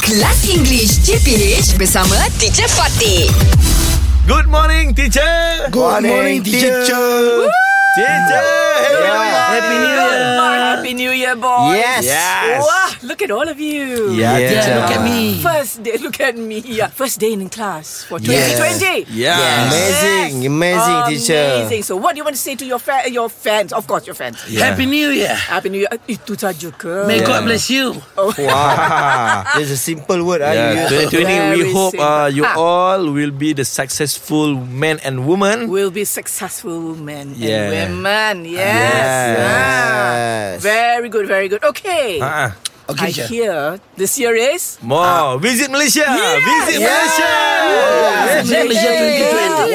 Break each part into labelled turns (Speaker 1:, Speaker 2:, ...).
Speaker 1: Kelas English CPH bersama Teacher Fatih.
Speaker 2: Good morning, teacher.
Speaker 3: Good morning, teacher.
Speaker 2: Teacher. Happy New Year.
Speaker 3: Happy New Year.
Speaker 4: Happy New Year, boys.
Speaker 3: Yes.
Speaker 2: Yes.
Speaker 4: Wow, look at all of you.
Speaker 2: Yeah,
Speaker 3: Yeah.
Speaker 2: teacher.
Speaker 3: Look at me.
Speaker 4: First day, look at me. Yeah. First day in class for
Speaker 3: Yes.
Speaker 4: 2020.
Speaker 2: Yeah.
Speaker 3: Amazing, amazing, teacher.
Speaker 4: Amazing. So what do you want to say to your fa- your fans? Of course, your fans.
Speaker 3: Happy
Speaker 5: New Year.
Speaker 4: Happy New Year. Eh, Itu saja ke?
Speaker 5: May God bless you.
Speaker 3: Wow. There's a simple word I
Speaker 2: Yeah,
Speaker 3: use.
Speaker 2: 2020, we
Speaker 4: Very
Speaker 2: hope uh, you
Speaker 4: simple. Ah.
Speaker 2: all will be the successful men and women.
Speaker 4: Will be successful men
Speaker 2: Yeah.
Speaker 4: and women. Yes. Ah.
Speaker 3: Yes.
Speaker 4: Very good, very good. Okay.
Speaker 2: Ah, ah.
Speaker 4: I hear this year is
Speaker 2: More. Visit Malaysia. Visit
Speaker 4: Yeah.
Speaker 2: Malaysia.
Speaker 5: Malaysia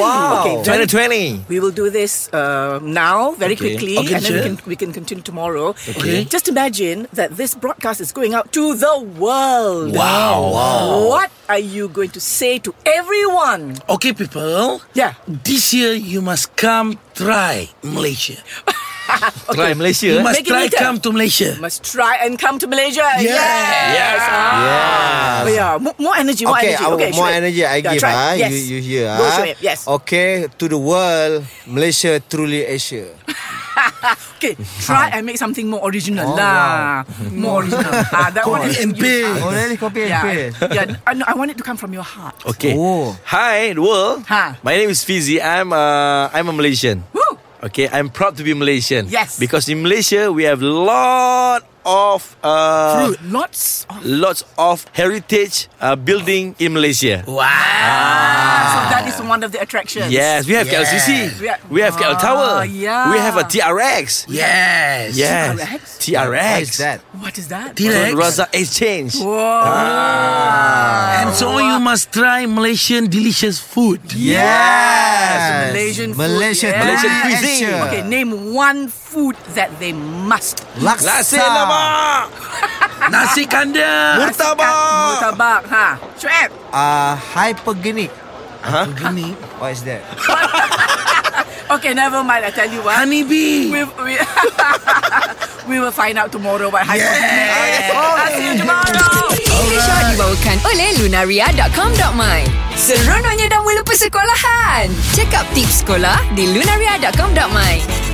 Speaker 5: 2020.
Speaker 3: Wow.
Speaker 4: Okay,
Speaker 2: 2020.
Speaker 4: We will do this uh, now very
Speaker 2: Okay.
Speaker 4: quickly,
Speaker 5: Okay,
Speaker 4: and then we
Speaker 5: sure.
Speaker 4: can we can continue tomorrow.
Speaker 5: Okay.
Speaker 4: Just imagine that this broadcast is going out to the world.
Speaker 5: Wow.
Speaker 4: What are you going to say to everyone?
Speaker 5: Okay, people.
Speaker 4: Yeah.
Speaker 5: This year you must come try Malaysia.
Speaker 2: Try Malaysia. eh?
Speaker 5: You must
Speaker 4: Make it
Speaker 5: try
Speaker 4: later.
Speaker 5: come to Malaysia.
Speaker 4: Must try and come to Malaysia.
Speaker 5: Yes.
Speaker 4: Yes. Ah.
Speaker 3: Yes.
Speaker 4: Yeah. Mo- More energy. More
Speaker 3: Okay,
Speaker 4: energy.
Speaker 3: our-
Speaker 4: okay.
Speaker 3: more
Speaker 4: show it.
Speaker 3: energy I
Speaker 4: Yeah,
Speaker 3: give.
Speaker 4: try.
Speaker 3: ah.
Speaker 4: Yes.
Speaker 3: You, you hear.
Speaker 4: Go
Speaker 3: ah.
Speaker 4: show it. Yes.
Speaker 3: Okay, to the world, Malaysia truly Asia.
Speaker 4: Okay. Try and make something more
Speaker 3: Oh,
Speaker 4: original lah. More original. ah, that one is
Speaker 5: and
Speaker 4: you-
Speaker 5: paste.
Speaker 4: ah,
Speaker 3: Already copy and
Speaker 4: yeah.
Speaker 3: paste.
Speaker 4: Yeah. I, no, I want it to come from your heart.
Speaker 2: Okay.
Speaker 3: Oh.
Speaker 2: Hi, the world.
Speaker 4: Ha.
Speaker 2: My name is Fizi. I'm uh, I'm a Malaysian.
Speaker 4: Woo.
Speaker 2: Okay, I'm proud to be Malaysian.
Speaker 4: Yes.
Speaker 2: Because in Malaysia we have lot of uh,
Speaker 4: Fruit. Lots of
Speaker 2: lots of heritage uh, building in Malaysia.
Speaker 4: So that is one of the attractions.
Speaker 2: Ah. Yes, we have
Speaker 5: Yeah.
Speaker 2: KLCC.
Speaker 4: We are-
Speaker 2: We have KL
Speaker 4: Ah,
Speaker 2: Tower.
Speaker 4: yeah.
Speaker 2: We have a TRX.
Speaker 5: Yes.
Speaker 2: Yes.
Speaker 4: TRX?
Speaker 2: TRX.
Speaker 3: What is that?
Speaker 4: What is that?
Speaker 5: Did I-
Speaker 2: Tun Razak Exchange.
Speaker 4: Wow.
Speaker 2: Ah.
Speaker 5: And so you must try Malaysian delicious food.
Speaker 3: Yes.
Speaker 4: Malaysian food,
Speaker 3: Malaysia,
Speaker 4: yes.
Speaker 2: Malaysian
Speaker 3: Asia.
Speaker 2: cuisine.
Speaker 4: Okay, name one food that they must.
Speaker 3: Laksa.
Speaker 2: Nasi lemak.
Speaker 5: Nasi kandar.
Speaker 2: Murtabak.
Speaker 4: Murtabak, ha. Shuib.
Speaker 3: Uh, hypergenic.
Speaker 5: Begini.
Speaker 3: What is that?
Speaker 4: Okay, never mind. I tell you what.
Speaker 5: Honey bee.
Speaker 4: We, we, we will find out tomorrow what happened. I'll see you tomorrow.
Speaker 1: English Hot dibawakan oleh Lunaria.com.my Seronoknya dah mula persekolahan. Check up tips sekolah di Lunaria.com.my